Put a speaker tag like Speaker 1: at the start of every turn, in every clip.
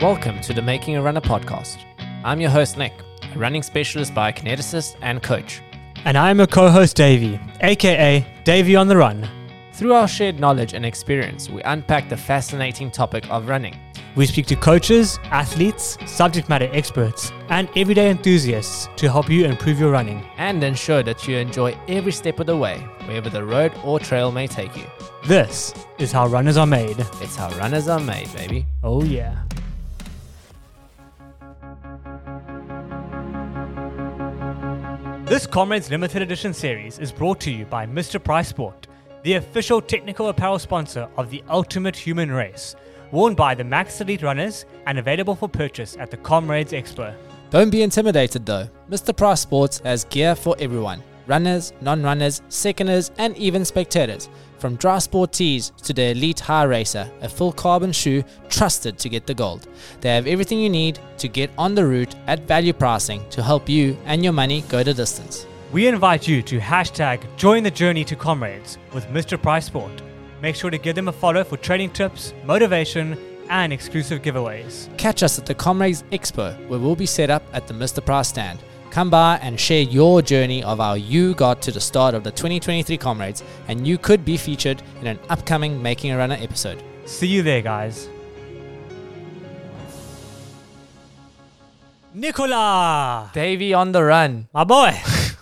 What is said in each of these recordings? Speaker 1: Welcome to the Making a Runner podcast. I'm your host, Nick, a running specialist, biokineticist, and coach.
Speaker 2: And I'm your co host, Davey, aka Davey on the Run.
Speaker 1: Through our shared knowledge and experience, we unpack the fascinating topic of running.
Speaker 2: We speak to coaches, athletes, subject matter experts, and everyday enthusiasts to help you improve your running.
Speaker 1: and ensure that you enjoy every step of the way, wherever the road or trail may take you.
Speaker 2: This is how runners are made.
Speaker 1: It's how runners are made, baby.
Speaker 2: Oh, yeah. This Comrades Limited Edition series is brought to you by Mr. Price Sport, the official technical apparel sponsor of the ultimate human race, worn by the Max Elite runners and available for purchase at the Comrades Expo.
Speaker 1: Don't be intimidated though. Mr. Price Sports has gear for everyone runners, non runners, seconders, and even spectators. From dry sport tees to the Elite High Racer, a full carbon shoe trusted to get the gold. They have everything you need to get on the route at value pricing to help you and your money go the distance.
Speaker 2: We invite you to hashtag join the journey to comrades with Mr. Price Sport. Make sure to give them a follow for training tips, motivation, and exclusive giveaways.
Speaker 1: Catch us at the Comrades Expo, where we'll be set up at the Mr. Price stand. Come by and share your journey of how you got to the start of the 2023 Comrades, and you could be featured in an upcoming Making a Runner episode.
Speaker 2: See you there, guys. Nicola!
Speaker 1: Davey on the run.
Speaker 2: My boy!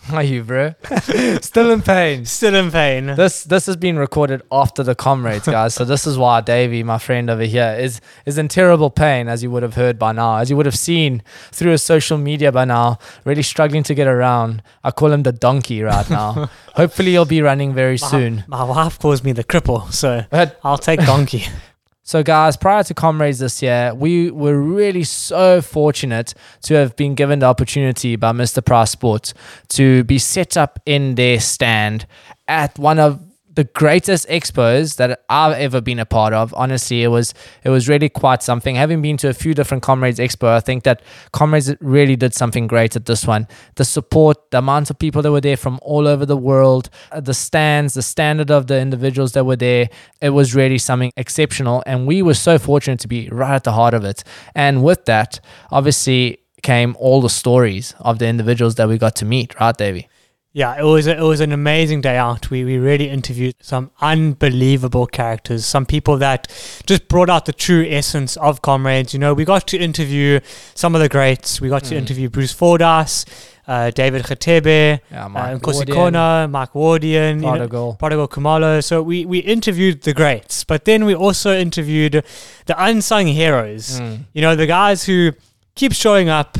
Speaker 1: How are you, bro? Still in pain.
Speaker 2: Still in pain.
Speaker 1: This this has been recorded after the comrades, guys. so this is why Davey, my friend over here, is is in terrible pain, as you would have heard by now, as you would have seen through his social media by now. Really struggling to get around. I call him the donkey right now. Hopefully, he'll be running very soon.
Speaker 2: My wife calls me the cripple, so
Speaker 1: But
Speaker 2: I'll take donkey.
Speaker 1: so, guys, prior to comrades this year, we were really so fortunate to have been given the opportunity by Mr. Price Sports to be set up in their stand at one of the greatest expos that I've ever been a part of. Honestly, it was it was really quite something. Having been to a few different comrades expo, I think that comrades really did something great at this one. The support, the amount of people that were there from all over the world, uh, the stands, the standard of the individuals that were there, it was really something exceptional. And we were so fortunate to be right at the heart of it. And with that, obviously came all the stories of the individuals that we got to meet, right, Davey?
Speaker 2: Yeah, it was a, it was an amazing day out. We we really interviewed some unbelievable characters, some people that just brought out the true essence of comrades. You know, we got to interview some of the greats. We got to
Speaker 1: Mm.
Speaker 2: interview Bruce Fordas, uh, David Khatebe,
Speaker 1: Yeah,
Speaker 2: uh,
Speaker 1: Mike
Speaker 2: Nkosi
Speaker 1: Gordian,
Speaker 2: Kona, Mark Wardian, you know,
Speaker 1: Prodigal.
Speaker 2: Prodigal Kumalo. So we we interviewed the greats, but then we also interviewed the unsung heroes
Speaker 1: Mm.
Speaker 2: you know the guys who keep showing up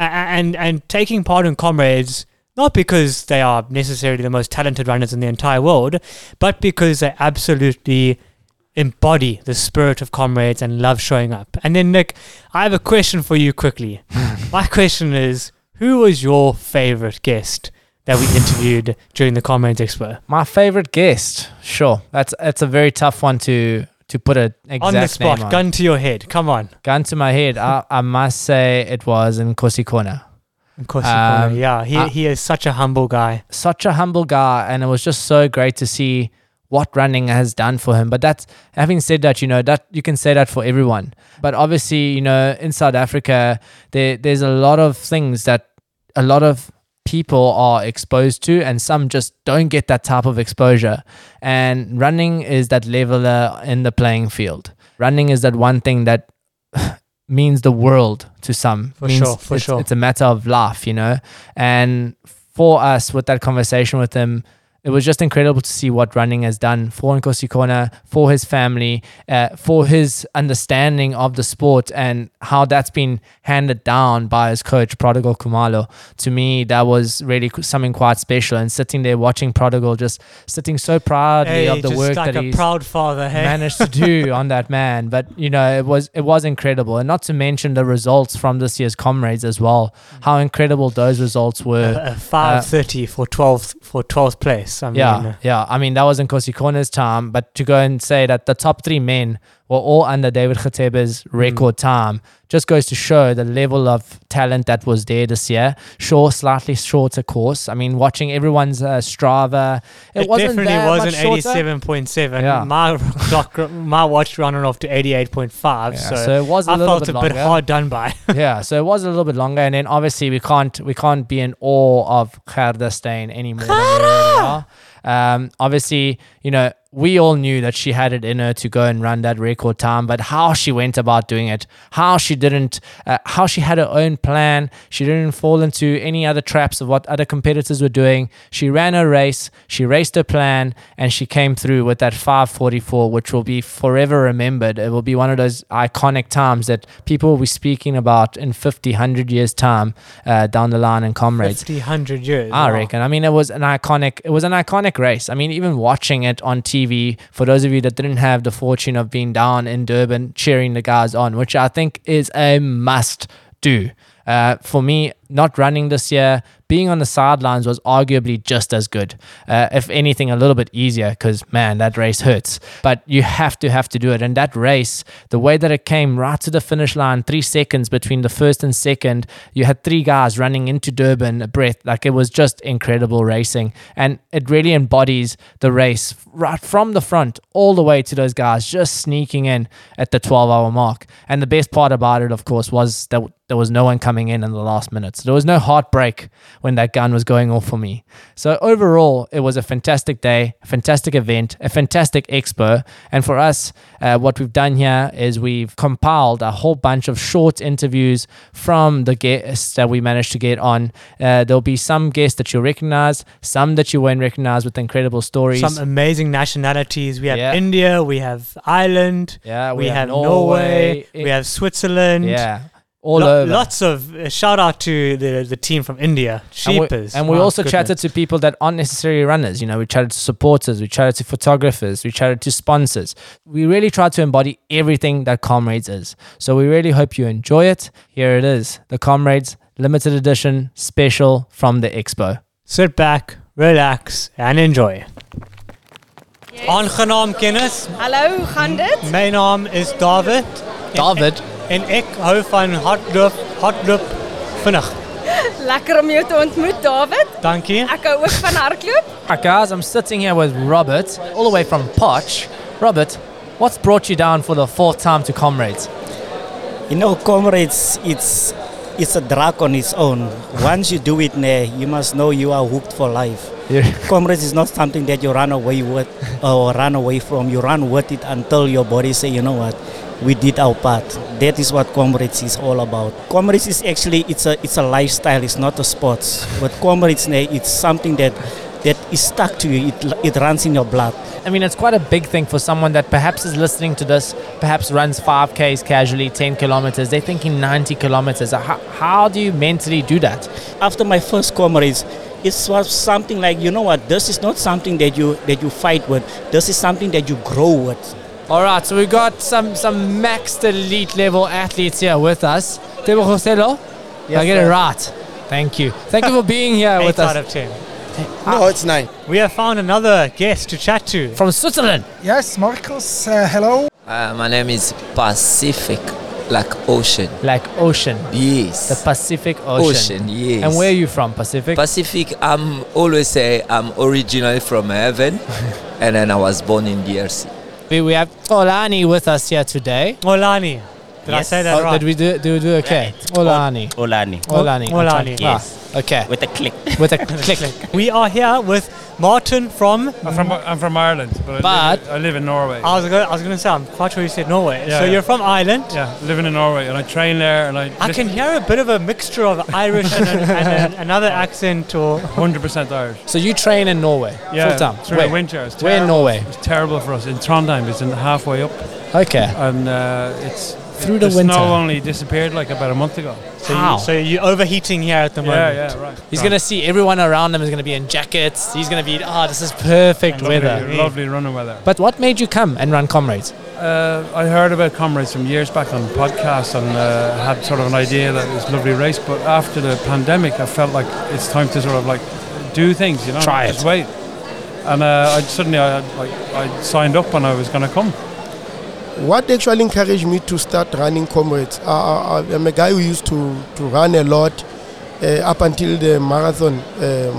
Speaker 2: a- a- and and taking part in comrades not because they are necessarily the most talented runners in the entire world but because they absolutely embody the spirit of comrades and love showing up and then nick i have a question for you quickly my question is who was your favorite guest that we interviewed during the comrades expo
Speaker 1: My favorite guest. Sure, that's that's a very tough one to to put an exact
Speaker 2: on the
Speaker 1: name
Speaker 2: spot
Speaker 1: on.
Speaker 2: gun to your head come on
Speaker 1: Gun to my head. I, I must say it was in Kosi Corner.
Speaker 2: of course
Speaker 1: Um,
Speaker 2: yeah he,
Speaker 1: I-
Speaker 2: he is such a humble guy
Speaker 1: Such a humble guy, and it was just so great to see what running has done for him. But that's having said that, you know that you can say that for everyone. But obviously, you know, in South Africa, there there's a lot of things that a lot of people are exposed to and some just don't get that type of exposure and running is that leveler in the playing field running is that one thing that means the world to some
Speaker 2: For
Speaker 1: Means
Speaker 2: sure, for
Speaker 1: it's,
Speaker 2: sure.
Speaker 1: it's a matter of life you know and for us with that conversation with him it was just incredible to see what running has done for Nkosi Kona, for his family, uh, for his understanding of the sport and how that's been handed down by his coach, Prodigal Kumalo. To me, that was really qu- something quite special. And sitting there watching Prodigal just sitting so proudly of the
Speaker 2: just
Speaker 1: work
Speaker 2: like
Speaker 1: that
Speaker 2: a
Speaker 1: he's
Speaker 2: proud father. Hey,
Speaker 1: managed to do on that man. But you know, it was it was incredible, and not to mention the results from this year's comrades as well. How incredible those results were. Uh,
Speaker 2: a five thirty for twelfth for twelfth place. I mean, uh,
Speaker 1: Yeah, yeah. I mean, that was in Kosi Corner's time,
Speaker 2: Mm.
Speaker 1: but to go and say that the top three men were all under David Khateba's record time just goes to show the level of talent that was there this year. Sure, slightly shorter course. I mean, watching everyone's uh, Strava, it,
Speaker 2: It,
Speaker 1: wasn't
Speaker 2: definitely
Speaker 1: that
Speaker 2: wasn't
Speaker 1: much shorter.
Speaker 2: eighty-seven point seven.
Speaker 1: Yeah.
Speaker 2: My clock, my watch running off to eighty-eight point five.
Speaker 1: Yeah,
Speaker 2: so,
Speaker 1: so, it was a
Speaker 2: I
Speaker 1: little
Speaker 2: felt
Speaker 1: bit
Speaker 2: a
Speaker 1: longer.
Speaker 2: bit hard done by.
Speaker 1: yeah, so it was a little bit longer, and then obviously we can't we can't be in awe of Kardashian anymore. than we already are. Um, obviously, you know we all knew that she had it in her to go and run that record time, but how she went about doing it, how she didn't, uh, how she had her own plan, she didn't fall into any other traps of what other competitors were doing. She ran her race, she raced her plan, and she came through with that 544, which will be forever remembered. It will be one of those iconic times that people will be speaking about in 50, 100 years' time uh, down the line in Comrades.
Speaker 2: Fifty hundred years.
Speaker 1: I
Speaker 2: wow.
Speaker 1: reckon. I mean, it was an iconic. It was an iconic race. I mean, even watching it on TV. For those of you that didn't have the fortune of being down in Durban cheering the guys on, which I think is a must do. Uh, for me, not running this year, being on the sidelines was arguably just as good. Uh, if anything, a little bit easier because man, that race hurts. But you have to have to do it. And that race, the way that it came right to the finish line, three seconds between the first and second, you had three guys running into Durban a breath. Like it was just incredible racing. And it really embodies the race right from the front all the way to those guys just sneaking in at the 12 hour mark. And the best part about it, of course, was that there was no one coming in in the last minutes. There was no heartbreak when that gun was going off for me. So overall, it was a fantastic day, a fantastic event, a fantastic expo. And for us, uh, what we've done here is we've compiled a whole bunch of short interviews from the guests that we managed to get on. Uh, there'll be some guests that you'll recognize, some that you won't recognize with incredible stories.
Speaker 2: Some amazing nationalities. We have
Speaker 1: Yeah.
Speaker 2: India. We have Ireland.
Speaker 1: yeah,
Speaker 2: we, have, Norway. we have Switzerland.
Speaker 1: yeah, all
Speaker 2: Lo-
Speaker 1: over.
Speaker 2: Lots of uh, shout out to the the team from India, Sheepers,
Speaker 1: And we, and we
Speaker 2: My
Speaker 1: also
Speaker 2: goodness.
Speaker 1: chatted to people that aren't necessarily runners. You know, we chatted to supporters, we chatted to photographers, we chatted to sponsors. We really try to embody everything that Comrades is. So we really hope you enjoy it. Here it is the Comrades limited edition special from the expo.
Speaker 2: Sit back, relax, and enjoy. Aangenaam kennis.
Speaker 3: Hallo, gaan dit?
Speaker 2: My naam is David.
Speaker 1: David.
Speaker 2: En ek hou van hardloop, hardloop vinnig.
Speaker 3: Lekker om jou te ontmoet, David.
Speaker 2: Dankie.
Speaker 3: Ek hou ook van hardloop.
Speaker 1: Alright, guys, I'm sitting here with Robert, all the way from Potch. Robert, what's brought you down for the fourth time to Comrades?
Speaker 4: You know, comrades, it's it's a drug on its own. Once you do it, nah, you must know you are hooked for life. Comrades is not something that you run away with or run away from. You run with it until your body say, you know what, we did our part. That is what comrades is all about. Comrades is actually it's a it's a lifestyle. It's not a sport. But comrades, nah, it's something that that is stuck to you. It it runs in your blood.
Speaker 1: I mean, it's quite a big thing for someone that perhaps is listening to this, perhaps runs 5Ks casually, 10 kilometers. They're thinking 90 kilometers. How, how do you mentally do that?
Speaker 4: after my first comrades it was something like you know what this is not something that you that you fight with this is something that you grow with
Speaker 1: All right, so we've got some, some maxed elite level athletes here with us. Tebo Joselo, did I get it
Speaker 4: sir.
Speaker 1: right. Thank you. Thank you for being here
Speaker 2: Eight
Speaker 1: with
Speaker 2: out
Speaker 1: us.
Speaker 2: of ten.
Speaker 5: No, it's nine.
Speaker 2: Ah. We have found another guest to chat to.
Speaker 1: From Switzerland.
Speaker 6: Yes, Marcus, uh, hello.
Speaker 7: Uh, my name is Pacific, like ocean.
Speaker 1: Like ocean.
Speaker 7: Yes.
Speaker 1: The Pacific Ocean.
Speaker 7: Ocean, yes.
Speaker 1: And where are you from, Pacific?
Speaker 7: Pacific. I'm always say I'm originally from heaven, and then I was born in DRC.
Speaker 1: we, we have Olani with us here today.
Speaker 2: Olani. Did I say that
Speaker 1: Oh,
Speaker 2: right?
Speaker 1: Did we do, do, do okay? Olani.
Speaker 4: olani
Speaker 1: Olani.
Speaker 2: Olani.
Speaker 1: Ah, okay.
Speaker 4: with a click
Speaker 1: With a click.
Speaker 2: We are here with Martin from.
Speaker 8: I'm from I'm from Ireland, but, I,
Speaker 1: But-
Speaker 8: live, I live in Norway.
Speaker 2: I was going. I was going to say. I'm quite sure you said Norway.
Speaker 8: Yeah,
Speaker 2: so
Speaker 8: yeah.
Speaker 2: you're from Ireland.
Speaker 8: yeah, living in Norway, and I train there, and I
Speaker 1: Ah,
Speaker 2: I can hear a bit of a mixture of Irish and, an, and an, another accent or
Speaker 8: 100 percent Irish.
Speaker 1: So you train in Norway
Speaker 8: Yeah,
Speaker 1: full time.
Speaker 8: through the winter. It's
Speaker 1: where in
Speaker 8: terrible-
Speaker 1: Norway?
Speaker 8: It's terrible for us in Trondheim. It's in halfway up,
Speaker 1: Okay.
Speaker 8: and uh, it's
Speaker 1: Through
Speaker 8: the,
Speaker 1: the winter.
Speaker 8: snow only disappeared like about a month ago.
Speaker 2: so,
Speaker 1: How?
Speaker 2: You, so you're overheating here at the
Speaker 8: Yeah,
Speaker 2: moment.
Speaker 8: yeah, right.
Speaker 1: He's gonna see everyone around him is gonna be in jackets. He's gonna be ah, this is perfect
Speaker 8: lovely,
Speaker 1: weather.
Speaker 8: lovely running weather.
Speaker 1: But what made you come and run comrades?
Speaker 8: Uh, I heard about comrades some years back on podcasts and uh, had sort of an idea that it was a lovely race. But after the pandemic, I felt like it's time to sort of like do things, you know,
Speaker 1: Try
Speaker 8: just
Speaker 1: it.
Speaker 8: wait. And uh, I suddenly I had, like I signed up and I was going to come.
Speaker 5: What actually encouraged me to start running comrades? I, I, I- I'm a guy who used to, to run a lot uh, up until the marathon uh,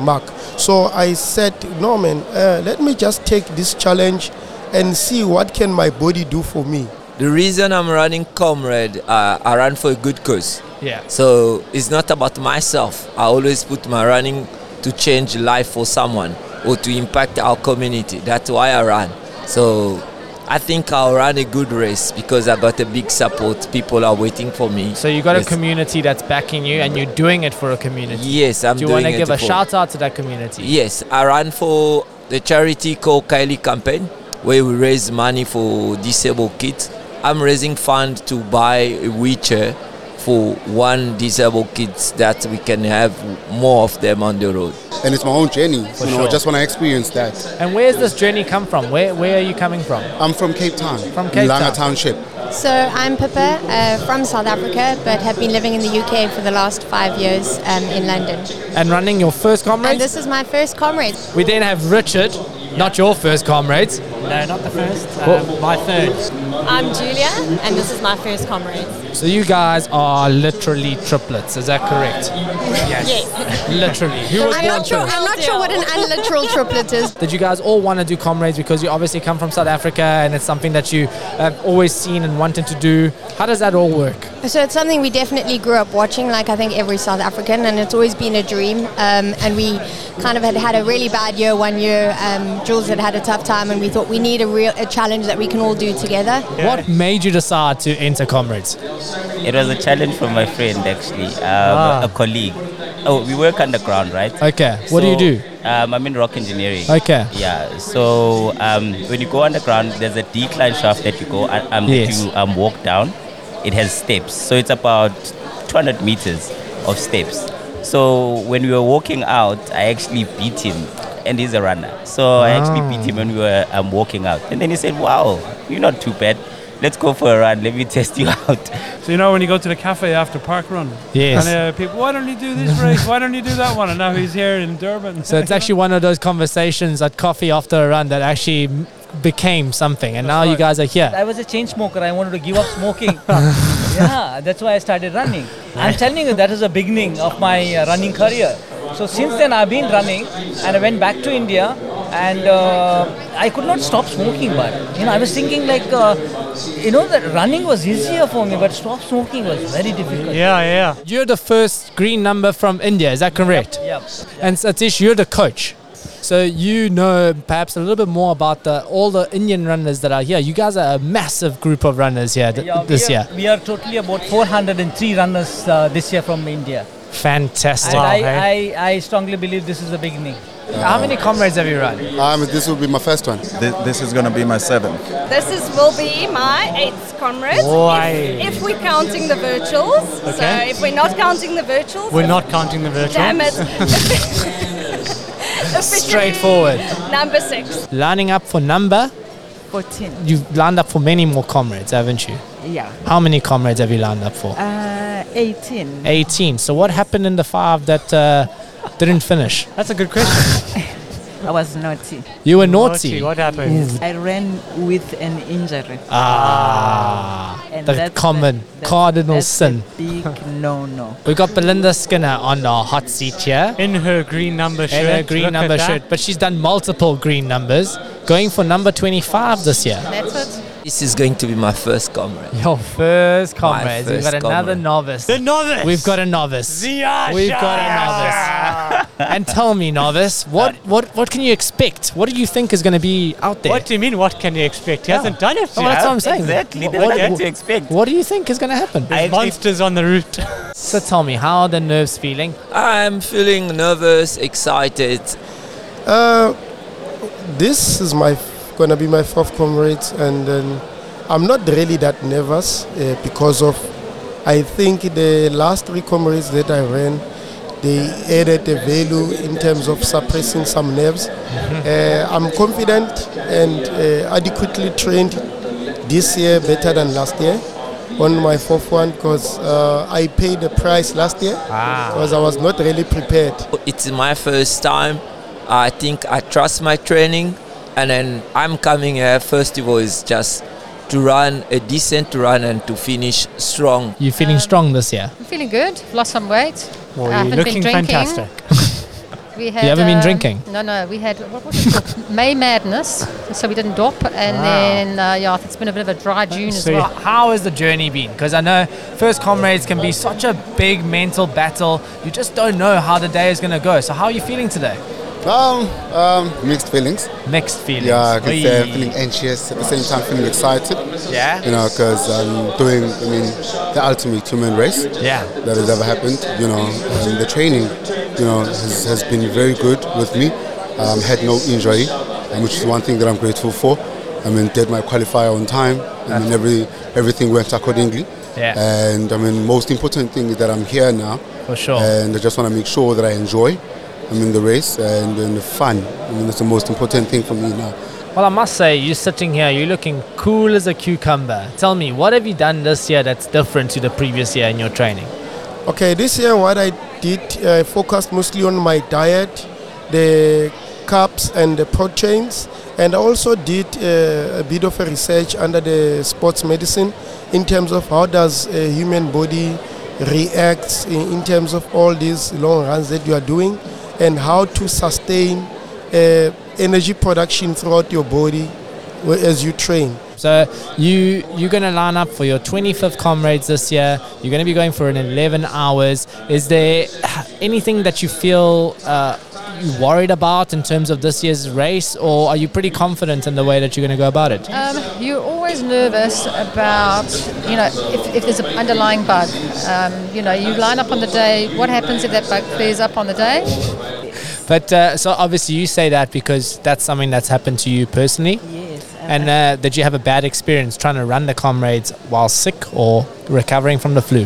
Speaker 5: mark. So I said, no man, uh, let me just take this challenge and see what can my body do for me.
Speaker 7: The reason I'm running Comrade, uh, I run for a good cause.
Speaker 1: Yeah.
Speaker 7: So it's not about myself. I always put my running to change life for someone or to impact our community. That's why I run. So I think I'll run a good race because I got a big support. People are waiting for me.
Speaker 1: So you got a
Speaker 7: Yes.
Speaker 1: community that's backing you, and you're doing it for a community.
Speaker 7: Yes, I'm
Speaker 1: Do you
Speaker 7: doing
Speaker 1: want to
Speaker 7: it
Speaker 1: give a
Speaker 7: for-
Speaker 1: shout out to that community?
Speaker 7: Yes, I ran for the charity called Kylie Campaign, where we raise money for disabled kids. I'm raising fund to buy a wheelchair for one disabled kids that we can have more of them on the road.
Speaker 9: and it's my own journey. you know,
Speaker 1: sure.
Speaker 9: I just want to experience that.
Speaker 1: And where's this journey come from? Where Where are you coming from?
Speaker 9: I'm from Cape Town,
Speaker 1: From Cape
Speaker 9: Langa
Speaker 1: Town.
Speaker 9: Township.
Speaker 10: So I'm Pippa uh, from South Africa, but have been living in the UK for the last five years um, in London.
Speaker 1: And running your first
Speaker 10: And
Speaker 1: comrades.
Speaker 10: this is my first comrade.
Speaker 1: we then have Richard, not your first comrades.
Speaker 2: No, not the first. Um, my third.
Speaker 11: I'm Julia, and this is my first comrades.
Speaker 1: So you guys are literally triplets. Is that correct?
Speaker 11: Yes.
Speaker 1: literally. Who was
Speaker 10: I'm
Speaker 1: born
Speaker 10: not sure.
Speaker 1: first?
Speaker 10: I'm not sure what an unliteral triplet is.
Speaker 1: Did you guys all want to do comrades because you obviously come from South Africa and it's something that you have always seen and wanted to do? How does that all work?
Speaker 10: So it's something we definitely grew up watching, like I think every South African, and it's always been a dream. Um, and we kind of had had a really bad year one year. Um, Jules had had a tough time, and we thought we need a real a challenge that we can all do together.
Speaker 1: What made you decide to enter comrades?
Speaker 12: It was a challenge from my friend, actually, um,
Speaker 1: Ah.
Speaker 12: a colleague. Oh, we work underground, right?
Speaker 1: Okay, what do you do?
Speaker 12: Um, I'm in rock engineering.
Speaker 1: Okay.
Speaker 12: Yeah. So um, when you go underground, there's a decline shaft that you go uh, um,
Speaker 1: Yes.
Speaker 12: that you um, walk down. It has steps, so it's about 200 meters of steps. So when we were walking out, I actually beat him, and he's a runner. So I actually beat
Speaker 1: Ah.
Speaker 12: him when we were um, walking out, and then he said, "Wow, you're not too bad. Let's go for a run. Let me test you out."
Speaker 8: So you know when you go to the cafe after park run,
Speaker 1: Yes.
Speaker 8: and uh, people, why don't you do this race? Why don't you do that one? And now he's here in Durban.
Speaker 1: So it's actually one of those conversations at coffee after a run that actually m- became something, and now you guys are here.
Speaker 13: I was a chain smoker. I wanted to give up smoking. yeah, that's why I started running. I'm telling you, that is the beginning of my uh, running career. So since then, I've been running, and I went back to India, and uh, I could not stop smoking. But you know, I was thinking like, uh, you know, that running was easier for me, but stop smoking was very difficult.
Speaker 2: Yeah, yeah.
Speaker 1: You're the first green number from India, is that correct?
Speaker 13: Yep.
Speaker 1: And Satish, you're the coach. So you know perhaps a little bit more about the all the Indian runners that are here. You guys are a massive group of runners here th-
Speaker 13: Yeah,
Speaker 1: this
Speaker 13: we are,
Speaker 1: year.
Speaker 13: we are totally about 403 runners uh, this year from India,
Speaker 1: Fantastic.
Speaker 13: and I, I, I strongly believe this is the beginning.
Speaker 1: How many comrades have you run?
Speaker 9: Uh, Um, this will be my first one.
Speaker 14: Th- this is going to be my seventh.
Speaker 3: This is will be my eighth comrade.
Speaker 2: Why?
Speaker 3: If, if we're counting the virtuals,
Speaker 2: Okay.
Speaker 3: so if we're not counting the virtuals,
Speaker 2: We're not counting the virtual.
Speaker 3: damn it.
Speaker 1: Straightforward.
Speaker 3: Number six.
Speaker 1: Lining up for number,
Speaker 11: 14.
Speaker 1: you've lined up for many more comrades, haven't you?
Speaker 11: Yeah.
Speaker 1: How many comrades have you lined up for?
Speaker 11: Uh, 18.
Speaker 1: 18. So what happened in the five that uh, didn't finish?
Speaker 2: That's a good question.
Speaker 11: I was naughty.
Speaker 1: You were naughty. Mm.
Speaker 2: What happened?
Speaker 11: I ran with an injury.
Speaker 1: Ah,
Speaker 11: And
Speaker 1: the
Speaker 11: that's
Speaker 1: common
Speaker 11: that's-
Speaker 1: cardinal
Speaker 11: that's
Speaker 1: sin.
Speaker 11: A big no no.
Speaker 1: We got Belinda Skinner on our hot seat here
Speaker 2: In her green number shirt.
Speaker 1: in her green
Speaker 2: Look at
Speaker 1: number
Speaker 2: that.
Speaker 1: shirt, but she's done multiple green numbers, going for number 25 this year.
Speaker 10: That's it.
Speaker 7: This is going to be my first Comrade.
Speaker 1: Your first
Speaker 7: comrades. We've
Speaker 1: We've
Speaker 7: first
Speaker 1: got another
Speaker 7: comrade.
Speaker 1: novice.
Speaker 2: The novice.
Speaker 1: We've got a novice.
Speaker 3: Ah,
Speaker 2: Zia,
Speaker 1: We've got a
Speaker 2: Zia,
Speaker 1: novice. and tell me, novice,
Speaker 2: Uh,
Speaker 1: what, what, what can you expect? What do you think is going to be out there?
Speaker 2: What do you mean? What can you expect? He hasn't done it.
Speaker 1: Oh,
Speaker 2: yet.
Speaker 1: that's what I'm saying.
Speaker 12: Exactly.
Speaker 1: What,
Speaker 12: That's what,
Speaker 1: what,
Speaker 12: you expect.
Speaker 1: what do you think is going to happen?
Speaker 12: I actually
Speaker 2: Monsters on the route.
Speaker 1: So tell me, how are the nerves feeling?
Speaker 7: I'm feeling nervous, excited.
Speaker 5: Uh, this is my going to be my fourth comrades, and then I'm not really that nervous uh, because of I think the last three comrades that I ran, they added a value in terms of suppressing some nerves. Uh, I'm confident and uh, adequately trained this year better than last year on my fourth one because uh, I paid the price last year
Speaker 7: Ah.
Speaker 1: Ah.
Speaker 5: because I was not really prepared.
Speaker 7: It's my first time. I think I trust my training, and then I'm coming here. First of all, is just to run a decent run and to finish strong.
Speaker 1: You feeling strong this year?
Speaker 15: I'm feeling good. Lost some weight.
Speaker 1: Well,
Speaker 15: I haven't
Speaker 1: you're
Speaker 15: been
Speaker 1: looking
Speaker 15: drinking.
Speaker 1: fantastic.
Speaker 15: We had,
Speaker 1: haven't been
Speaker 15: um,
Speaker 1: drinking?
Speaker 15: No, no. We had what was it called? May Madness, so we didn't dop, and
Speaker 1: Wow.
Speaker 15: then uh, yeah, it's been a bit of a dry June as
Speaker 1: So
Speaker 15: well.
Speaker 1: how has the journey been? Because I know first comrades can be such a big mental battle. You just don't know how the day is going to go. So how are you feeling today?
Speaker 9: Um, um, mixed feelings.
Speaker 1: Mixed feelings.
Speaker 9: Yeah, I can say I'm
Speaker 1: Oy.
Speaker 9: feeling anxious at the same time feeling excited.
Speaker 1: Yeah.
Speaker 9: You know, because I'm doing, I mean, the ultimate human race.
Speaker 1: Yeah.
Speaker 9: That has ever happened. You know, and the training, you know, has, has been very good with me. Um, had no injury, and which is one thing that I'm grateful for. I mean, did my qualifier on time. I mean, every everything went accordingly.
Speaker 1: Yeah.
Speaker 9: And I mean, most important thing is that I'm here now.
Speaker 1: For sure.
Speaker 9: And I just want to make sure that I enjoy. I mean, the race and, and the fun. I mean, that's the most important thing for me now.
Speaker 1: Well, I must say, you're sitting here, you're looking cool as a cucumber. Tell me, what have you done this year that's different to the previous year in your training?
Speaker 5: Okay, this year what I did, I focused mostly on my diet, the carbs and the proteins, and I also did uh, a bit of a research under the sports medicine in terms of how does a human body reacts in, in terms of all these long runs that you are doing, and how to sustain uh, energy production throughout your body wh- as you train.
Speaker 1: So you you're gonna line up for your 25th comrades this year. You're gonna be going for an 11 hours. Is there anything that you feel uh, you worried about in terms of this year's race, or are you pretty confident in the way that you're gonna go about it?
Speaker 15: Um, you're always nervous about, you know, if, if there's an underlying bug. Um, you know, you line up on the day. What happens if that bug clears up on the day?
Speaker 1: But uh, so obviously you say that because that's something that's happened to you personally.
Speaker 11: Yes.
Speaker 1: And uh, did you have a bad experience trying to run the comrades while sick or recovering from the flu?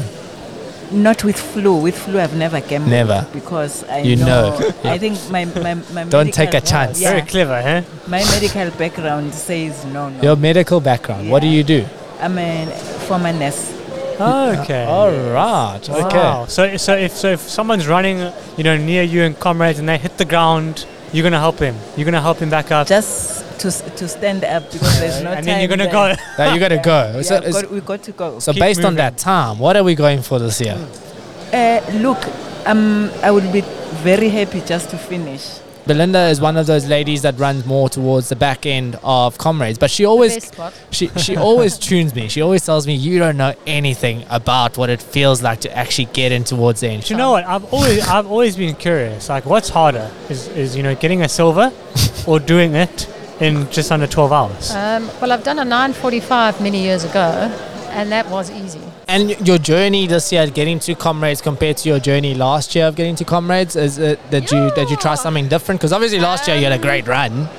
Speaker 11: Not with flu. With flu, I've never came.
Speaker 1: Never.
Speaker 11: Because I
Speaker 1: You know.
Speaker 11: I think my my, my
Speaker 1: Don't take
Speaker 11: medical-
Speaker 1: a chance.
Speaker 11: yeah.
Speaker 1: Very clever, huh?
Speaker 11: My medical background says no, no.
Speaker 1: Your medical background. What do you do?
Speaker 11: I'm a former nurse.
Speaker 2: Oh, Okay.
Speaker 1: All right.
Speaker 2: Wow. So so if so if someonene's running, you know, near you and comrades, and they hit the ground, you're gonna help him. You're gonna help him back up.
Speaker 11: Just to s- to stand up because there's no
Speaker 2: And then you're
Speaker 11: time
Speaker 2: gonna
Speaker 11: there.
Speaker 2: go.
Speaker 1: That you gotta go.
Speaker 11: Yeah,
Speaker 1: So
Speaker 11: I've
Speaker 1: is-
Speaker 11: got- we got to go.
Speaker 1: So based on that time, what are we going for this year?
Speaker 11: Uh, look, um, I would be very happy just to finish.
Speaker 1: Belinda is one of those ladies that runs more towards the back end of comrades, but she always
Speaker 11: best part.
Speaker 1: she she always tunes me. She always tells me you don't know anything about what it feels like to actually get in towards the end.
Speaker 2: Do you know what? I've always I've always been curious. Like, what's harder is is you know getting a silver, or doing it in just under 12 hours.
Speaker 15: Um, well, I've done a 9:45 many years ago, and that was easy.
Speaker 1: And your journey this year, getting to comrades, compared to your journey last year of getting to comrades, is it that you did you try something different? Because obviously last year you had a great
Speaker 11: Um,
Speaker 1: run.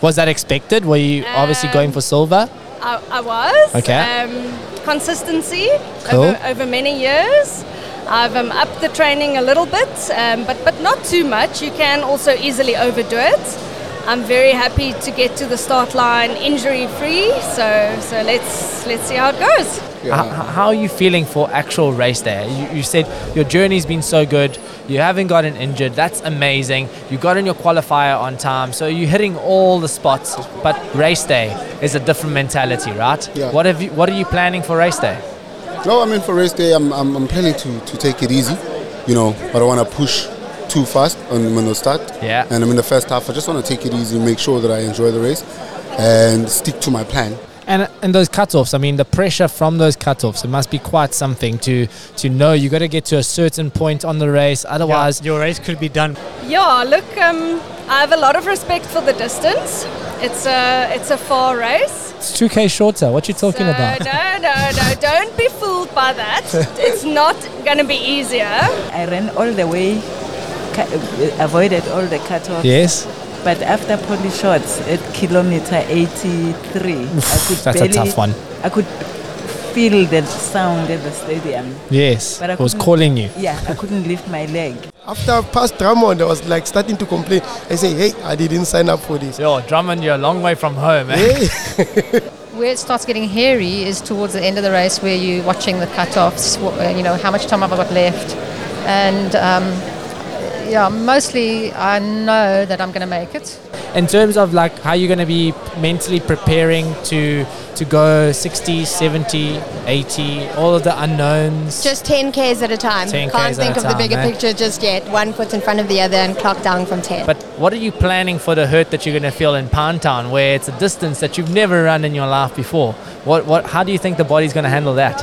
Speaker 1: Was that expected? Were you obviously going for silver?
Speaker 3: I, I was.
Speaker 1: Okay.
Speaker 3: Um, consistency
Speaker 1: Cool.
Speaker 3: over, over many years. I've um, upped the training a little bit, um, but, but not too much. You can also easily overdo it. I'm very happy to get to the start line injury free, so, so let's, let's see how it goes.
Speaker 1: H- h- how are you feeling for actual race day? You, you said your journey's been so good. You haven't gotten injured. That's amazing. You got in your qualifier on time. So you're hitting all the spots. But race day is a different mentality, right?
Speaker 9: Yeah.
Speaker 1: What, have you, what are you planning for race day?
Speaker 9: No, I mean for race day, I'm, I'm, I'm planning to, to take it easy. You know, I don't want to push too fast on when I start.
Speaker 1: Yeah.
Speaker 9: And I'm in the first half. I just want to take it easy, make sure that I enjoy the race, and stick to my plan.
Speaker 1: And, and those cutoffs, I mean, the pressure from those cutoffs, it must be quite something to, to know you got to get to a certain point on the race. Otherwise,
Speaker 2: your race could be done.
Speaker 3: Yeah, look, um, I have a lot of respect for the distance. It's a, it's a far race.
Speaker 1: It's 2K shorter. What you talking about?
Speaker 3: No, no, no, don't be fooled by that. It's not going to be easier.
Speaker 11: I ran all the way, ca- uh, avoided all the cutoffs.
Speaker 1: Yes.
Speaker 11: But after poly shots at kilometer 83, I
Speaker 1: Oof,
Speaker 11: could
Speaker 1: that's a
Speaker 11: barely-
Speaker 1: tough one.
Speaker 11: I could feel the sound at the stadium.
Speaker 1: Yes,
Speaker 11: I
Speaker 1: it was
Speaker 11: couldn't-
Speaker 1: calling you.
Speaker 11: Yeah, I couldn't lift my leg.
Speaker 5: After I passed Drummond, I was like starting to complain. I say, hey, I didn't sign up for this.
Speaker 1: Yo, Drummond, you're a long way from home, eh?
Speaker 15: Where it starts getting hairy is towards the end of the race, where you're watching the cutoffs. wh- uh, You know how much time have I got left, and um, yeah, mostly I know that I'm going to make it.
Speaker 1: in terms of like how you're going to be mentally preparing to to go 60 70 80 all of the unknowns
Speaker 10: Just 10Ks at a time.
Speaker 1: 10Ks
Speaker 10: Can't think
Speaker 1: at a
Speaker 10: of the
Speaker 1: time,
Speaker 10: bigger
Speaker 1: eh?
Speaker 10: picture just yet. One foot in front of the other and clock down from 10.
Speaker 1: but what are you planning for the hurt that you're going to feel in Pantown, where it's a distance that you've never run in your life before? What, what, how do you think the body's going to handle that?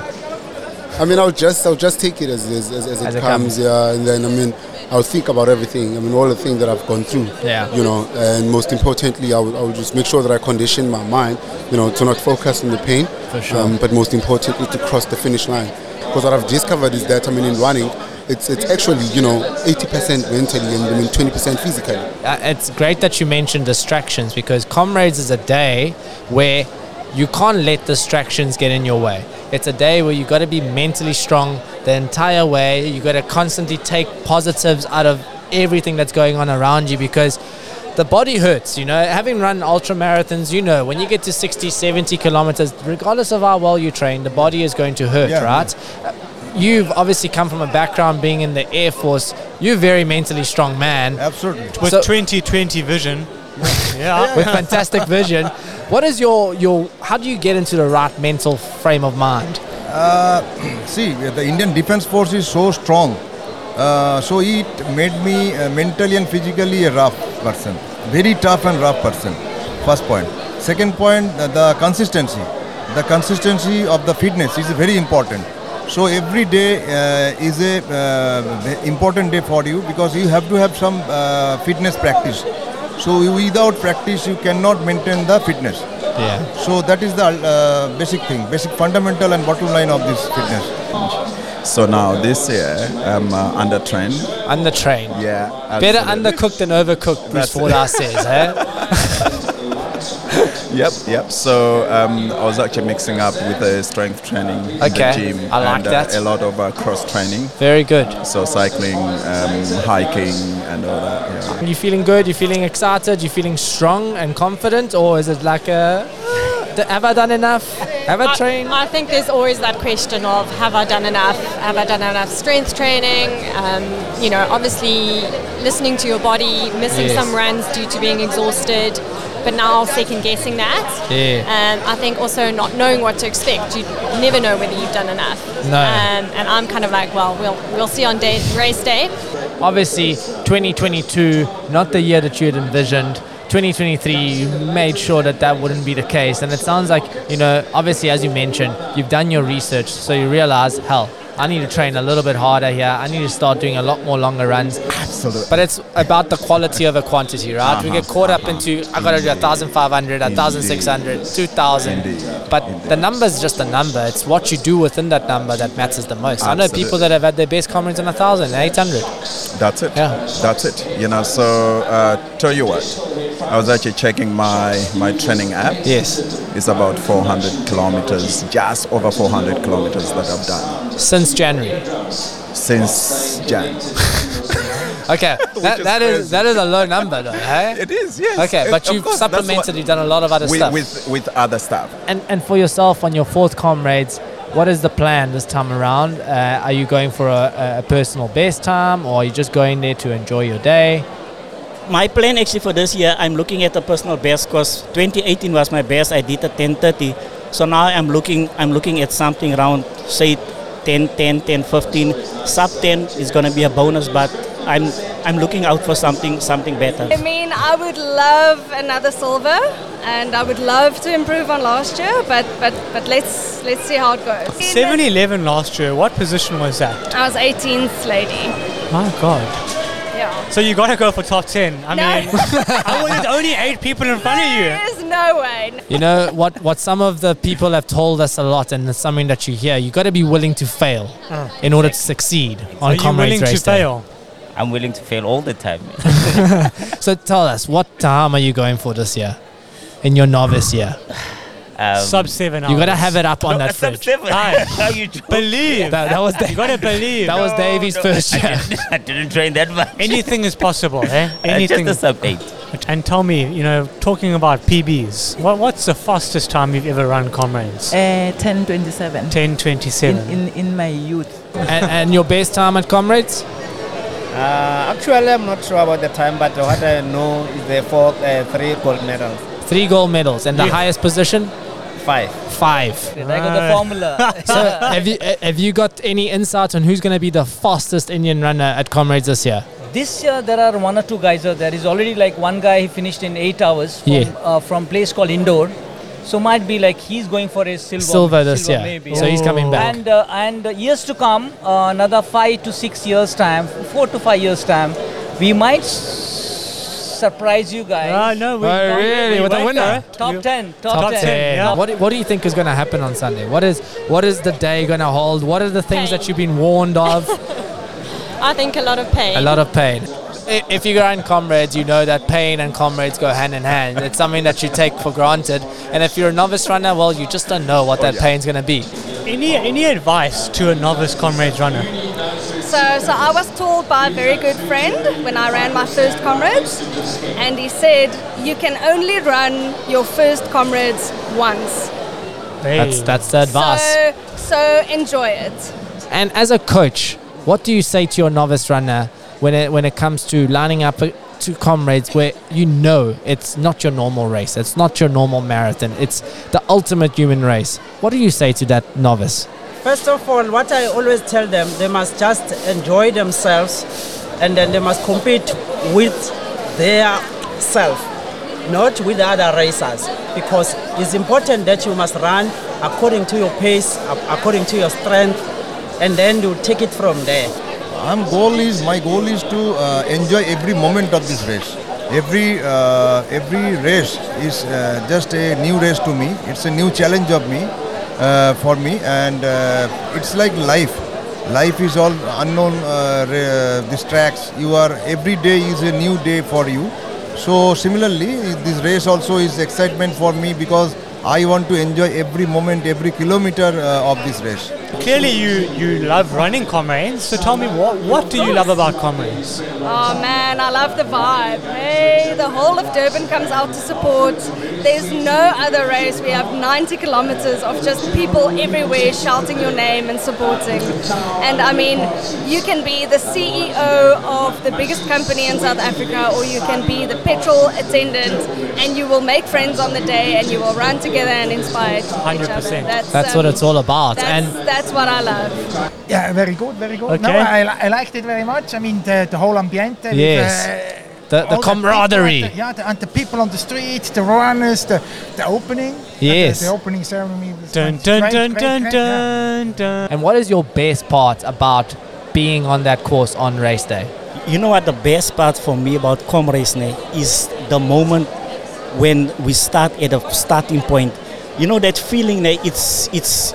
Speaker 9: I mean, I'll just I'll just take it as as, as, as it
Speaker 1: As it
Speaker 9: comes,
Speaker 1: comes.
Speaker 9: yeah. And then I mean, I'll think about everything. I mean, all the things that I've gone through.
Speaker 1: Yeah.
Speaker 9: You know, and most importantly, I will, I will just make sure that I condition my mind. You know, to not focus on the pain. um,
Speaker 1: For sure.
Speaker 9: but most importantly, to cross the finish line. Because what I've discovered is that I mean, in running, it's it's actually you know 80% mentally and I mean 20% physically.
Speaker 1: Uh, It's great that you mentioned distractions because Comrades is a day where you can't let distractions get in your way. It's a day where you got to be mentally strong the entire way. You got to constantly take positives out of everything that's going on around you because the body hurts, you know. Having run ultra marathons, you know, when you get to 60, 70 kilometers, regardless of how well you train, the body is going to hurt,
Speaker 16: Yeah.
Speaker 1: right? uh, You've obviously come from a background being in the Air Force. You're a very mentally strong man.
Speaker 16: Absolutely.
Speaker 2: With 2020 vision. yeah.
Speaker 1: with fantastic vision. What is your your? How do you get into the right mental frame of mind?
Speaker 16: Uh, see, the Indian Defence Force is so strong, uh, so it made me uh, mentally and physically a rough person, very tough and rough person. First point. Second point, uh, the consistency. The consistency of the fitness is very important. So every day uh, is a uh, important day for you because you have to have some uh, fitness practice. So without practice, you cannot maintain the fitness.
Speaker 1: Yeah.
Speaker 16: So that is the uh, basic thing, basic fundamental and bottom line of this fitness.
Speaker 14: So now this year, I'm uh, under train.
Speaker 1: Under train.
Speaker 14: Yeah.
Speaker 1: Better
Speaker 14: absolutely.
Speaker 1: undercooked than overcooked, Bruce
Speaker 14: That's it.
Speaker 1: Fordyce says. Eh?
Speaker 14: Yep, yep. So um, I was actually mixing up with the strength training
Speaker 1: Okay,
Speaker 14: in the gym.
Speaker 1: I like
Speaker 14: and,
Speaker 1: that.
Speaker 14: Uh, a lot of uh, cross training.
Speaker 1: Very good.
Speaker 14: So cycling, um, hiking, and all that. Yeah.
Speaker 1: You feeling good? You feeling excited? You feeling strong and confident, or is it like a? "Ah, d- Have I done enough? Have I trained?
Speaker 17: I think there's always that question of have I done enough? Have I done enough strength training? Um, you know, obviously listening to your body, missing
Speaker 18: Yes.
Speaker 17: some runs due to being exhausted, but now second guessing that.
Speaker 18: Yeah.
Speaker 17: Um, I think also not knowing what to expect. You never know whether you've done enough.
Speaker 1: No.
Speaker 17: Um, and I'm kind of like, well, we'll we'll see on day race day.
Speaker 1: Obviously, 2022, not the year that you had envisioned. 2023, you made sure that that wouldn't be the case. And it sounds like, you know, obviously, as you mentioned, you've done your research. So you realize, hell, I need to train a little bit harder here. I need to start doing a lot more longer runs. Absolutely. But it's about the quality over quantity, right? We
Speaker 14: Uh-huh,
Speaker 1: get caught up into, I got to do 1,500, 1,600, 2,000. But the number is just a number. It's what you do within that number that matters the most. I know
Speaker 14: Absolutely.
Speaker 1: people that have had their best comments on 1,000, 800.
Speaker 14: That's it.
Speaker 1: Yeah.
Speaker 14: That's it. You know, so uh, tell you what, I was actually checking my, my training app.
Speaker 1: Yes.
Speaker 14: It's about 400 kilometers, just over 400 kilometers that I've done
Speaker 1: Since January.
Speaker 14: since Jan.
Speaker 1: Okay, that, that is that is a low number though, hey?
Speaker 14: It is, yes.
Speaker 1: Okay,
Speaker 14: It-
Speaker 1: but
Speaker 14: of
Speaker 1: you've
Speaker 14: course, that's
Speaker 1: supplemented,
Speaker 14: what-
Speaker 1: you've done a lot of other
Speaker 14: with,
Speaker 1: stuff.
Speaker 14: With, with other stuff.
Speaker 1: and, and for yourself on your fourth comrades, what is the plan this time around? Uh, are you going for a, a personal best time or are you just going there to enjoy your day?
Speaker 4: My plan actually for this year, I'm looking at a personal best because 2018 was my best. I did a 10:30, so now I'm looking. I'm looking at something around say 10, 10, 10, 15. Sub 10 is gonna be a bonus, but I'm I'm looking out for something something better.
Speaker 3: I mean, I would love another silver, and I would love to improve on last year, but but but let's let's see how it goes.
Speaker 2: 7-Eleven last year, what position was that?
Speaker 3: I was 18th lady.
Speaker 2: My God.
Speaker 3: Yeah.
Speaker 2: So you gotta go for top 10. I mean, I was only eight people in front of you.
Speaker 3: There's no way.
Speaker 1: You know what what some of the people have told us a lot and it's something that you hear, you gotta be willing to fail
Speaker 2: Mm.
Speaker 1: in order to succeed on
Speaker 12: Are you
Speaker 1: comrades
Speaker 12: willing to
Speaker 1: race day.
Speaker 12: fail? I'm willing to fail all the time.
Speaker 1: so tell us, what time are you going for this year? In your novice year?
Speaker 12: Um,
Speaker 2: Sub seven.
Speaker 1: You gotta have it up on that fridge.
Speaker 2: Hi. believe.
Speaker 1: That- that was the-
Speaker 2: you gotta believe.
Speaker 1: that was No, Davey's no, first I year.
Speaker 12: I didn't train that much.
Speaker 2: Anything is possible, eh?
Speaker 12: Uh,
Speaker 2: Anything.
Speaker 12: Just a sub eight.
Speaker 2: And tell me, you know, talking about PBs, what, what's the fastest time you've ever run, comrades?
Speaker 11: Uh, 1027.
Speaker 2: 10:27.
Speaker 11: In, in, in my youth.
Speaker 1: and, and your best time at Comrades?
Speaker 18: Uh, actually, I'm not sure about the time, but what I know is the four, uh, three gold medals.
Speaker 1: Three gold medals and the
Speaker 18: Yeah.
Speaker 1: highest position?
Speaker 18: Five.
Speaker 1: Five.
Speaker 13: They got the formula.
Speaker 1: so have you uh, have you got any insight on who's going to be the fastest Indian runner at Comrades this year?
Speaker 13: This year there are one or two guys out there. Is already like one guy he finished in eight hours from,
Speaker 1: Yeah.
Speaker 13: uh, from place called Indoor. So might be like he's going for his silver.
Speaker 1: Silver this year.
Speaker 13: maybe.
Speaker 1: So he's coming back.
Speaker 13: And uh, and uh, years to come, uh, another five to six years time, four to five years time, we might s- surprise you guys.
Speaker 2: Ah, no, we- Oh, we- really? we With a went winner? for it.
Speaker 13: Top
Speaker 2: You-
Speaker 13: ten. Top, ten.
Speaker 1: Yeah. What, do- what do you think is going to happen on Sunday? What is what is the day going to hold? What are the things that you've been warned of?
Speaker 17: I think a lot of pain.
Speaker 1: A lot of pain. I- If you go in comrades, you know that pain and comrades go hand in hand. It's something that you take for granted. And if you're a novice runner, well, you just don't know what that pain's going to be.
Speaker 2: Oh, Any any advice to a novice comrades runner?
Speaker 3: So, so I was told by a very good friend when I ran my first comrades, and he said, You can only run your first comrades once.
Speaker 1: That's that's the advice.
Speaker 3: So, so enjoy it.
Speaker 1: And as a coach, what do you say to your novice runner when it when it comes to lining up uh, to comrades where you know it's not your normal race, it's not your normal marathon, it's the ultimate human race? What do you say to that novice?
Speaker 19: First of all, what I always tell them, they must just enjoy themselves and then they must compete with their self, not with the other racers. Because it's important that you must run according to your pace, a- according to your strength, and then you take it from there.
Speaker 16: I'm goal is my goal is to uh, enjoy every moment of this race. Every uh, every race is uh, just a new race to me. It's a new challenge of me, uh, for me, and uh, it's like life. Life is all unknown. Uh, ra- these tracks, you are every day is a new day for you. So similarly, this race also is excitement for me because I want to enjoy every moment, every kilometer uh, of this race.
Speaker 2: Clearly, you you love running comrades. So tell me, what what do you love about comrades?
Speaker 3: Oh man, I love the vibe. Hey, the whole of Durban comes out to support. There's no other race. We have 90 kilometers of just people everywhere shouting your name and supporting. And I mean, you can be the CEO of the biggest company in South Africa, or you can be the petrol attendant, and you will make friends on the day and you will run together and inspire each other.
Speaker 1: 100%.
Speaker 3: That's, um,
Speaker 1: That's what
Speaker 6: um,
Speaker 1: it's all about.
Speaker 3: That's,
Speaker 1: And
Speaker 3: that's what I love.
Speaker 6: Yeah, Uh, very good, very good. No,
Speaker 1: Okay.
Speaker 6: I, li- I liked it very much. I mean, the, the whole ambiente. with,
Speaker 1: Yes.
Speaker 6: uh,
Speaker 1: The,
Speaker 6: all
Speaker 1: the
Speaker 6: people
Speaker 1: camaraderie.
Speaker 6: and the- yeah, the, and the people on the street, the runners, the, the opening.
Speaker 1: Yes.
Speaker 6: The, the opening ceremony. was
Speaker 1: Dun,
Speaker 6: great,
Speaker 1: dun,
Speaker 6: great,
Speaker 1: dun,
Speaker 6: great,
Speaker 1: dun,
Speaker 6: great, yeah.
Speaker 1: And what is your best part about being on that course on race day?
Speaker 4: You know what the best part for me about Comrades ne, is the moment when we start at the starting point. You know that feeling ne, it's it's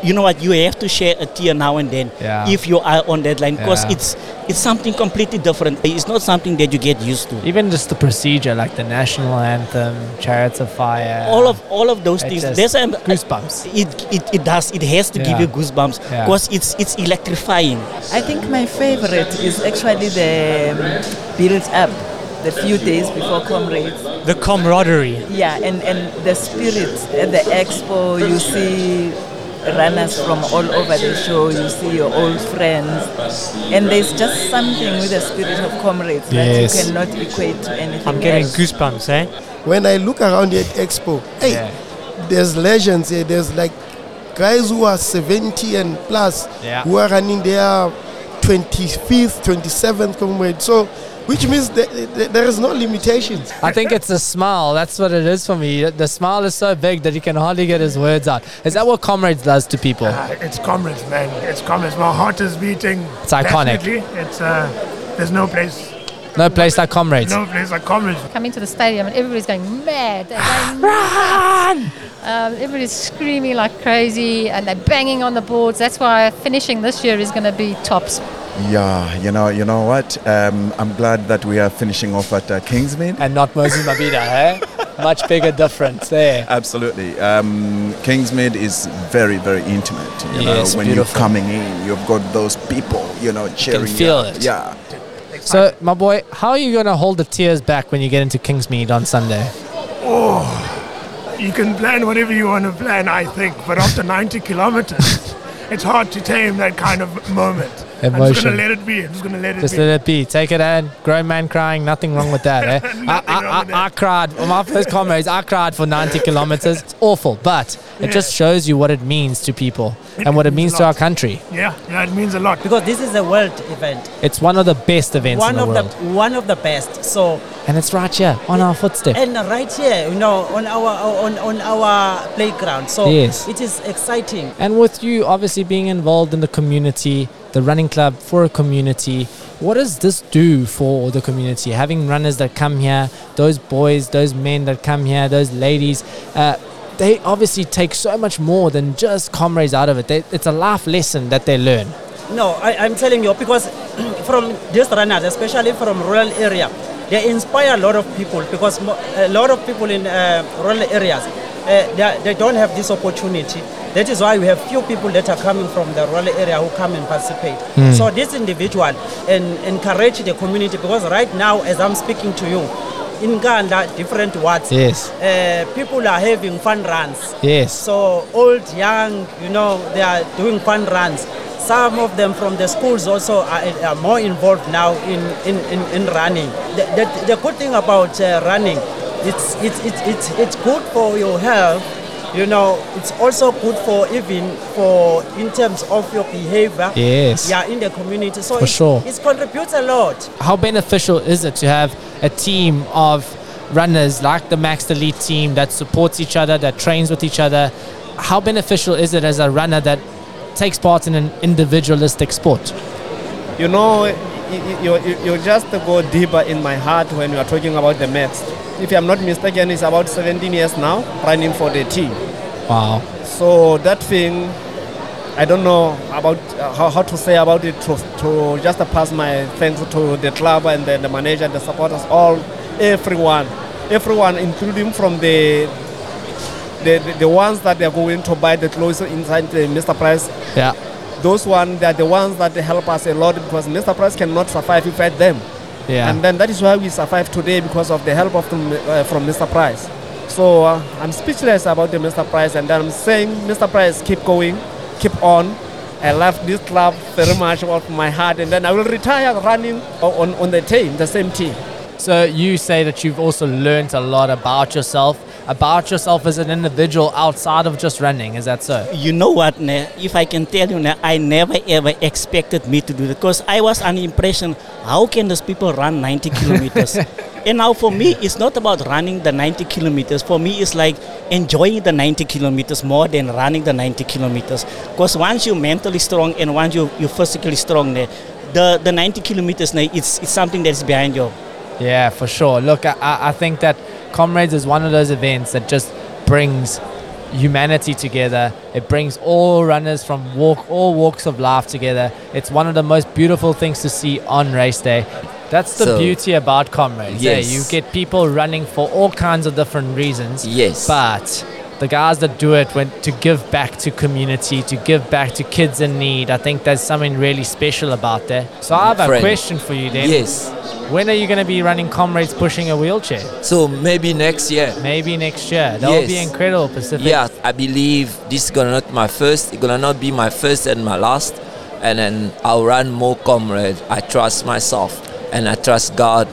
Speaker 4: you know what you have to share a tear now and then
Speaker 1: Yeah.
Speaker 4: if you are on that line because
Speaker 1: Yeah.
Speaker 4: it's it's something completely different. It's not something that you get used to.
Speaker 1: Even just the procedure, like the national anthem, chariots of fire.
Speaker 4: all of all of those
Speaker 1: It
Speaker 4: things.
Speaker 1: just-
Speaker 4: There's um, goosebumps. It, it it does. It has to give
Speaker 1: Yeah.
Speaker 4: you goosebumps
Speaker 1: Yeah.
Speaker 4: because it's it's electrifying.
Speaker 11: I think my favorite is actually the um, build up the few days before comrades.
Speaker 2: The camaraderie.
Speaker 11: Yeah, and, and the spirit at the expo, you see runners from all over the show, you see your old friends, and there's just something with the spirit of comrades
Speaker 2: Yes.
Speaker 11: that you cannot equate to anything.
Speaker 2: I'm getting
Speaker 11: else.
Speaker 2: goosebumps, eh?
Speaker 5: When I look around at Expo, hey, there's legends here. There's like guys who are 70 and plus
Speaker 1: Yeah.
Speaker 5: who are running their 25th, 27th comrade. So, which means that that there is no limitations.
Speaker 1: I think it's the smile. That's what it is for me. The smile is so big that he can hardly get his words out. Is that what comrades does to people?
Speaker 20: Uh, it's comrades, man. It's comrades. My heart is beating.
Speaker 1: It's iconic.
Speaker 20: passionately. It's uh, there's no place,
Speaker 1: No place like comrades.
Speaker 20: no place like comrades.
Speaker 15: Coming to the stadium and everybody's going mad. They're going Run! Um, everybody's screaming like crazy and they're banging on the boards. That's why finishing this year is going to be tops.
Speaker 14: Yeah, you know, you know what? Um, I'm glad that we are finishing off at uh, Kingsmead.
Speaker 1: And not Moses Mabida, eh? Much bigger difference there.
Speaker 14: Absolutely. Um, Kingsmead is very, very intimate. You
Speaker 1: Yes,
Speaker 14: know,
Speaker 1: beautiful.
Speaker 14: when you're coming in, you've got those people, you know, cheering.
Speaker 1: feel
Speaker 14: you.
Speaker 1: it.
Speaker 14: Yeah.
Speaker 1: So, my boy, how are you going to hold the tears back when you get into Kingsmead on Sunday?
Speaker 20: Oh, you can plan whatever you want to plan, I think. But after 90 kilometers, it's hard to tame that kind of moment.
Speaker 1: Emotion.
Speaker 20: I'm just gonna let it be. I'm just gonna let it
Speaker 1: Just
Speaker 20: be.
Speaker 1: let it be. Take it in. Grown man crying. Nothing wrong with that. Eh? I, I, I, I cried. Well, my first comrades, I cried for 90 kilometers. It's awful, but it just shows you what it means to people and what it means to our country.
Speaker 20: Yeah, yeah, it means a lot.
Speaker 19: Because this is a world event.
Speaker 1: It's one of the best events
Speaker 19: one
Speaker 1: in the
Speaker 19: of
Speaker 1: world.
Speaker 19: the one of the best. So
Speaker 1: and it's right here on our footstep.
Speaker 19: and right here, you know, on our on, on our playground. So
Speaker 1: Yes.
Speaker 19: it is exciting.
Speaker 1: And with you obviously being involved in the community, the running club for a community, what does this do for the community? Having runners that come here, those boys, those men that come here, those ladies, uh, they obviously take so much more than just comrades out of it. They, it's a life lesson that they learn.
Speaker 19: No, I, I'm telling you because from these runners, especially from rural area, they inspire a lot of people because mo- a lot of people in uh, rural areas uh, they, are- they don't have this opportunity. That is why we have few people that are coming from the rural area who come and participate.
Speaker 1: Hmm.
Speaker 21: Mm.
Speaker 19: So this individual and encourage the community because right now, as I'm speaking to you, in Ghana, different wards,
Speaker 1: Yes.
Speaker 19: uh, people are having fun runs.
Speaker 1: Yes.
Speaker 19: So old, young, you know, they are doing fun runs. Some of them from the schools also are, are more involved now in, in, in, in running. The, the, the good thing about uh, running, it's, it's, it's, it's, it's good for your health. You know, it's also good for even for in terms of your behavior.
Speaker 1: Yes.
Speaker 19: Yeah, in the community. So
Speaker 1: For
Speaker 19: it,
Speaker 1: sure.
Speaker 19: it contributes a lot.
Speaker 1: How beneficial is it to have a team of runners like the Max Elite team that supports each other, that trains with each other? How beneficial is it as a runner that takes part in an individualistic sport?
Speaker 18: You know, y- y- you, you, you just go deeper in my heart when you are talking about the Mets. If I'm not mistaken, it's about 17 years now running for the team.
Speaker 1: Wow.
Speaker 18: So that thing, I don't know about uh, how, how to say about it to, to just pass my thanks to the club and the, the manager, the supporters, all, everyone, everyone, including from the the, the, the ones that they are going to buy the clothes inside the Mr. Price.
Speaker 1: Yeah.
Speaker 18: Those one, they are the ones that they help us a lot because Mr. Price cannot survive without them.
Speaker 1: Yeah.
Speaker 18: And then that is why we survive today because of the help of from, uh, from Mr. Price. So uh, I'm speechless about the Mr. Price, and I'm saying, Mr. Price, keep going, keep on. I love this club very much of my heart, and then I will retire running o- on, on the team, the same team.
Speaker 1: So you say that you've also learnt a lot about yourself, about yourself as an individual outside of just running. Is that so?
Speaker 4: You know what, ne? if I can tell you, ne, I never ever expected me to do that because I was under impression how can those people run 90 kilometers? and now for me, it's not about running the 90 kilometers. For me, it's like enjoying the 90 kilometers more than running the 90 kilometers. Because once you're mentally strong and once you, you're physically strong, ne, the, the 90 kilometers, ne, it's, it's something that's behind you.
Speaker 1: Yeah, for sure. Look, I- I, I think that Comrades is one of those events that just brings humanity together. It brings all runners from walk all walks of life together. It's one of the most beautiful things to see on race day. That's the
Speaker 7: So-
Speaker 1: beauty about Comrades. Yeah,
Speaker 7: Yes.
Speaker 1: you get people running for all kinds of different reasons.
Speaker 7: Yes.
Speaker 1: But the guys that do it went to give back to community, to give back to kids in need. I think there's something really special about that. So I have a
Speaker 7: Friend.
Speaker 1: question for you then.
Speaker 7: Yes.
Speaker 1: When are you going to be running comrades pushing a wheelchair?
Speaker 7: So maybe next year.
Speaker 1: Maybe next year. That would be
Speaker 7: Yes.
Speaker 1: incredible, Pacific.
Speaker 7: Yeah, I believe this is gonna not my first. It's gonna not be my first and my last. And then I'll run more comrade. I trust myself and I trust God,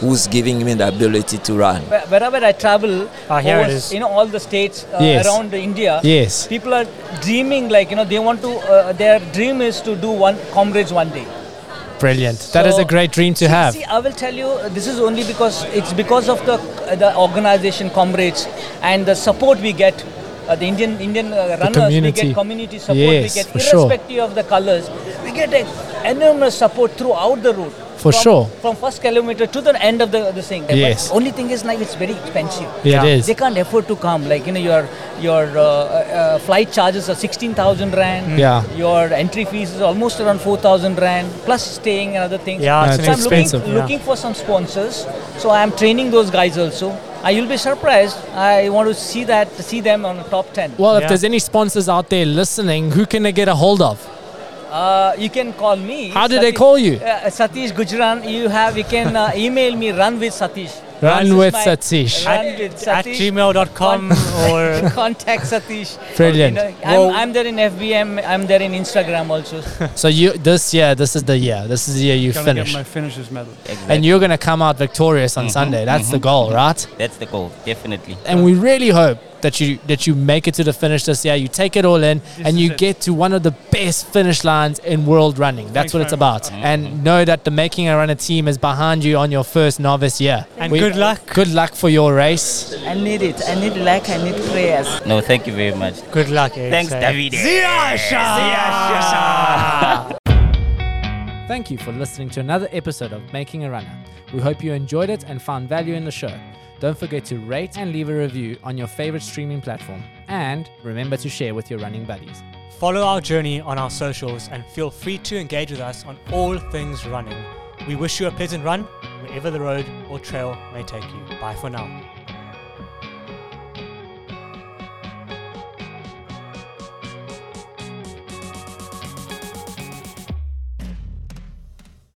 Speaker 7: who's giving me the ability to run.
Speaker 13: Where- Wherever I travel,
Speaker 7: Ah, here it
Speaker 13: over-
Speaker 7: is.
Speaker 13: you know, all the states uh,
Speaker 7: Yes.
Speaker 13: around India,
Speaker 7: Yes.
Speaker 13: people are dreaming like, you know, they want to, uh, their dream is to do one comrades one day.
Speaker 1: Brilliant. that is a
Speaker 13: So-
Speaker 1: great dream to
Speaker 13: See-
Speaker 1: have.
Speaker 13: See, I will tell you, uh, this is only because it's because of the uh, the organization, comrades, and the support we get. Uh, the Indian Indian uh, runners, we
Speaker 1: community.
Speaker 13: get community support. we
Speaker 1: Yes,
Speaker 13: get
Speaker 1: for sure.
Speaker 13: irrespective of the colors, we get a enormous support throughout the route.
Speaker 1: For
Speaker 13: from,
Speaker 1: sure.
Speaker 13: From first kilometer to the end of the, the thing.
Speaker 1: Yes.
Speaker 13: But only thing is like it's very expensive.
Speaker 1: Yeah, it is.
Speaker 13: They can't afford to come. Like you know your your uh, uh, flight charges are sixteen thousand rand.
Speaker 1: Mm. Yeah.
Speaker 13: Your entry fees is almost around four thousand rand plus staying and other things.
Speaker 1: Yeah, it's
Speaker 13: so I'm
Speaker 1: an
Speaker 13: looking,
Speaker 1: expensive, yeah.
Speaker 13: looking for some sponsors. So I'm training those guys also. I you'll be surprised. I want to see that see them on the top ten.
Speaker 1: Well, if there's any sponsors out there listening, who can they get a hold of?
Speaker 13: uh, you can call me.
Speaker 1: How do they call you?
Speaker 13: Uh, Satish Gujran. You have. You can uh, email me. Run with Satish.
Speaker 1: Run
Speaker 13: This is
Speaker 1: with
Speaker 13: my-
Speaker 1: Satish.
Speaker 13: Run with Satish.
Speaker 2: At gmail.com or
Speaker 13: Contact Satish.
Speaker 1: Brilliant.
Speaker 13: You know, I'm, I'm there in FBM. I'm there in Instagram also.
Speaker 1: So you this year, this is the year. This is the year you
Speaker 8: Gonna
Speaker 1: finish.
Speaker 8: get my finisher's medal.
Speaker 1: And you're going to come out victorious on
Speaker 12: Mhm,
Speaker 1: Sunday. That's the
Speaker 12: mhm.
Speaker 1: goal, right?
Speaker 12: That's the goal, definitely.
Speaker 1: And we really hope that you that you make it to the finish this year. You take it all in and you get to one of the best finish lines in world running. That's what it's about. And know that the making a runner team is behind you on your first novice year.
Speaker 13: And good luck.
Speaker 1: Good luck for your race.
Speaker 11: I need it. I need luck. I need prayers.
Speaker 12: No, thank you very much.
Speaker 2: Good luck,
Speaker 12: Thanks, Davide.
Speaker 1: Thank you for listening to another episode of Making a Runner. We hope you enjoyed it and found value in the show. Don't forget to rate and leave a review on your favorite streaming platform. And remember to share with your running buddies.
Speaker 2: Follow our journey on our socials and feel free to engage with us on all things running. We wish you a pleasant run wherever the road or trail may take you. Bye for now.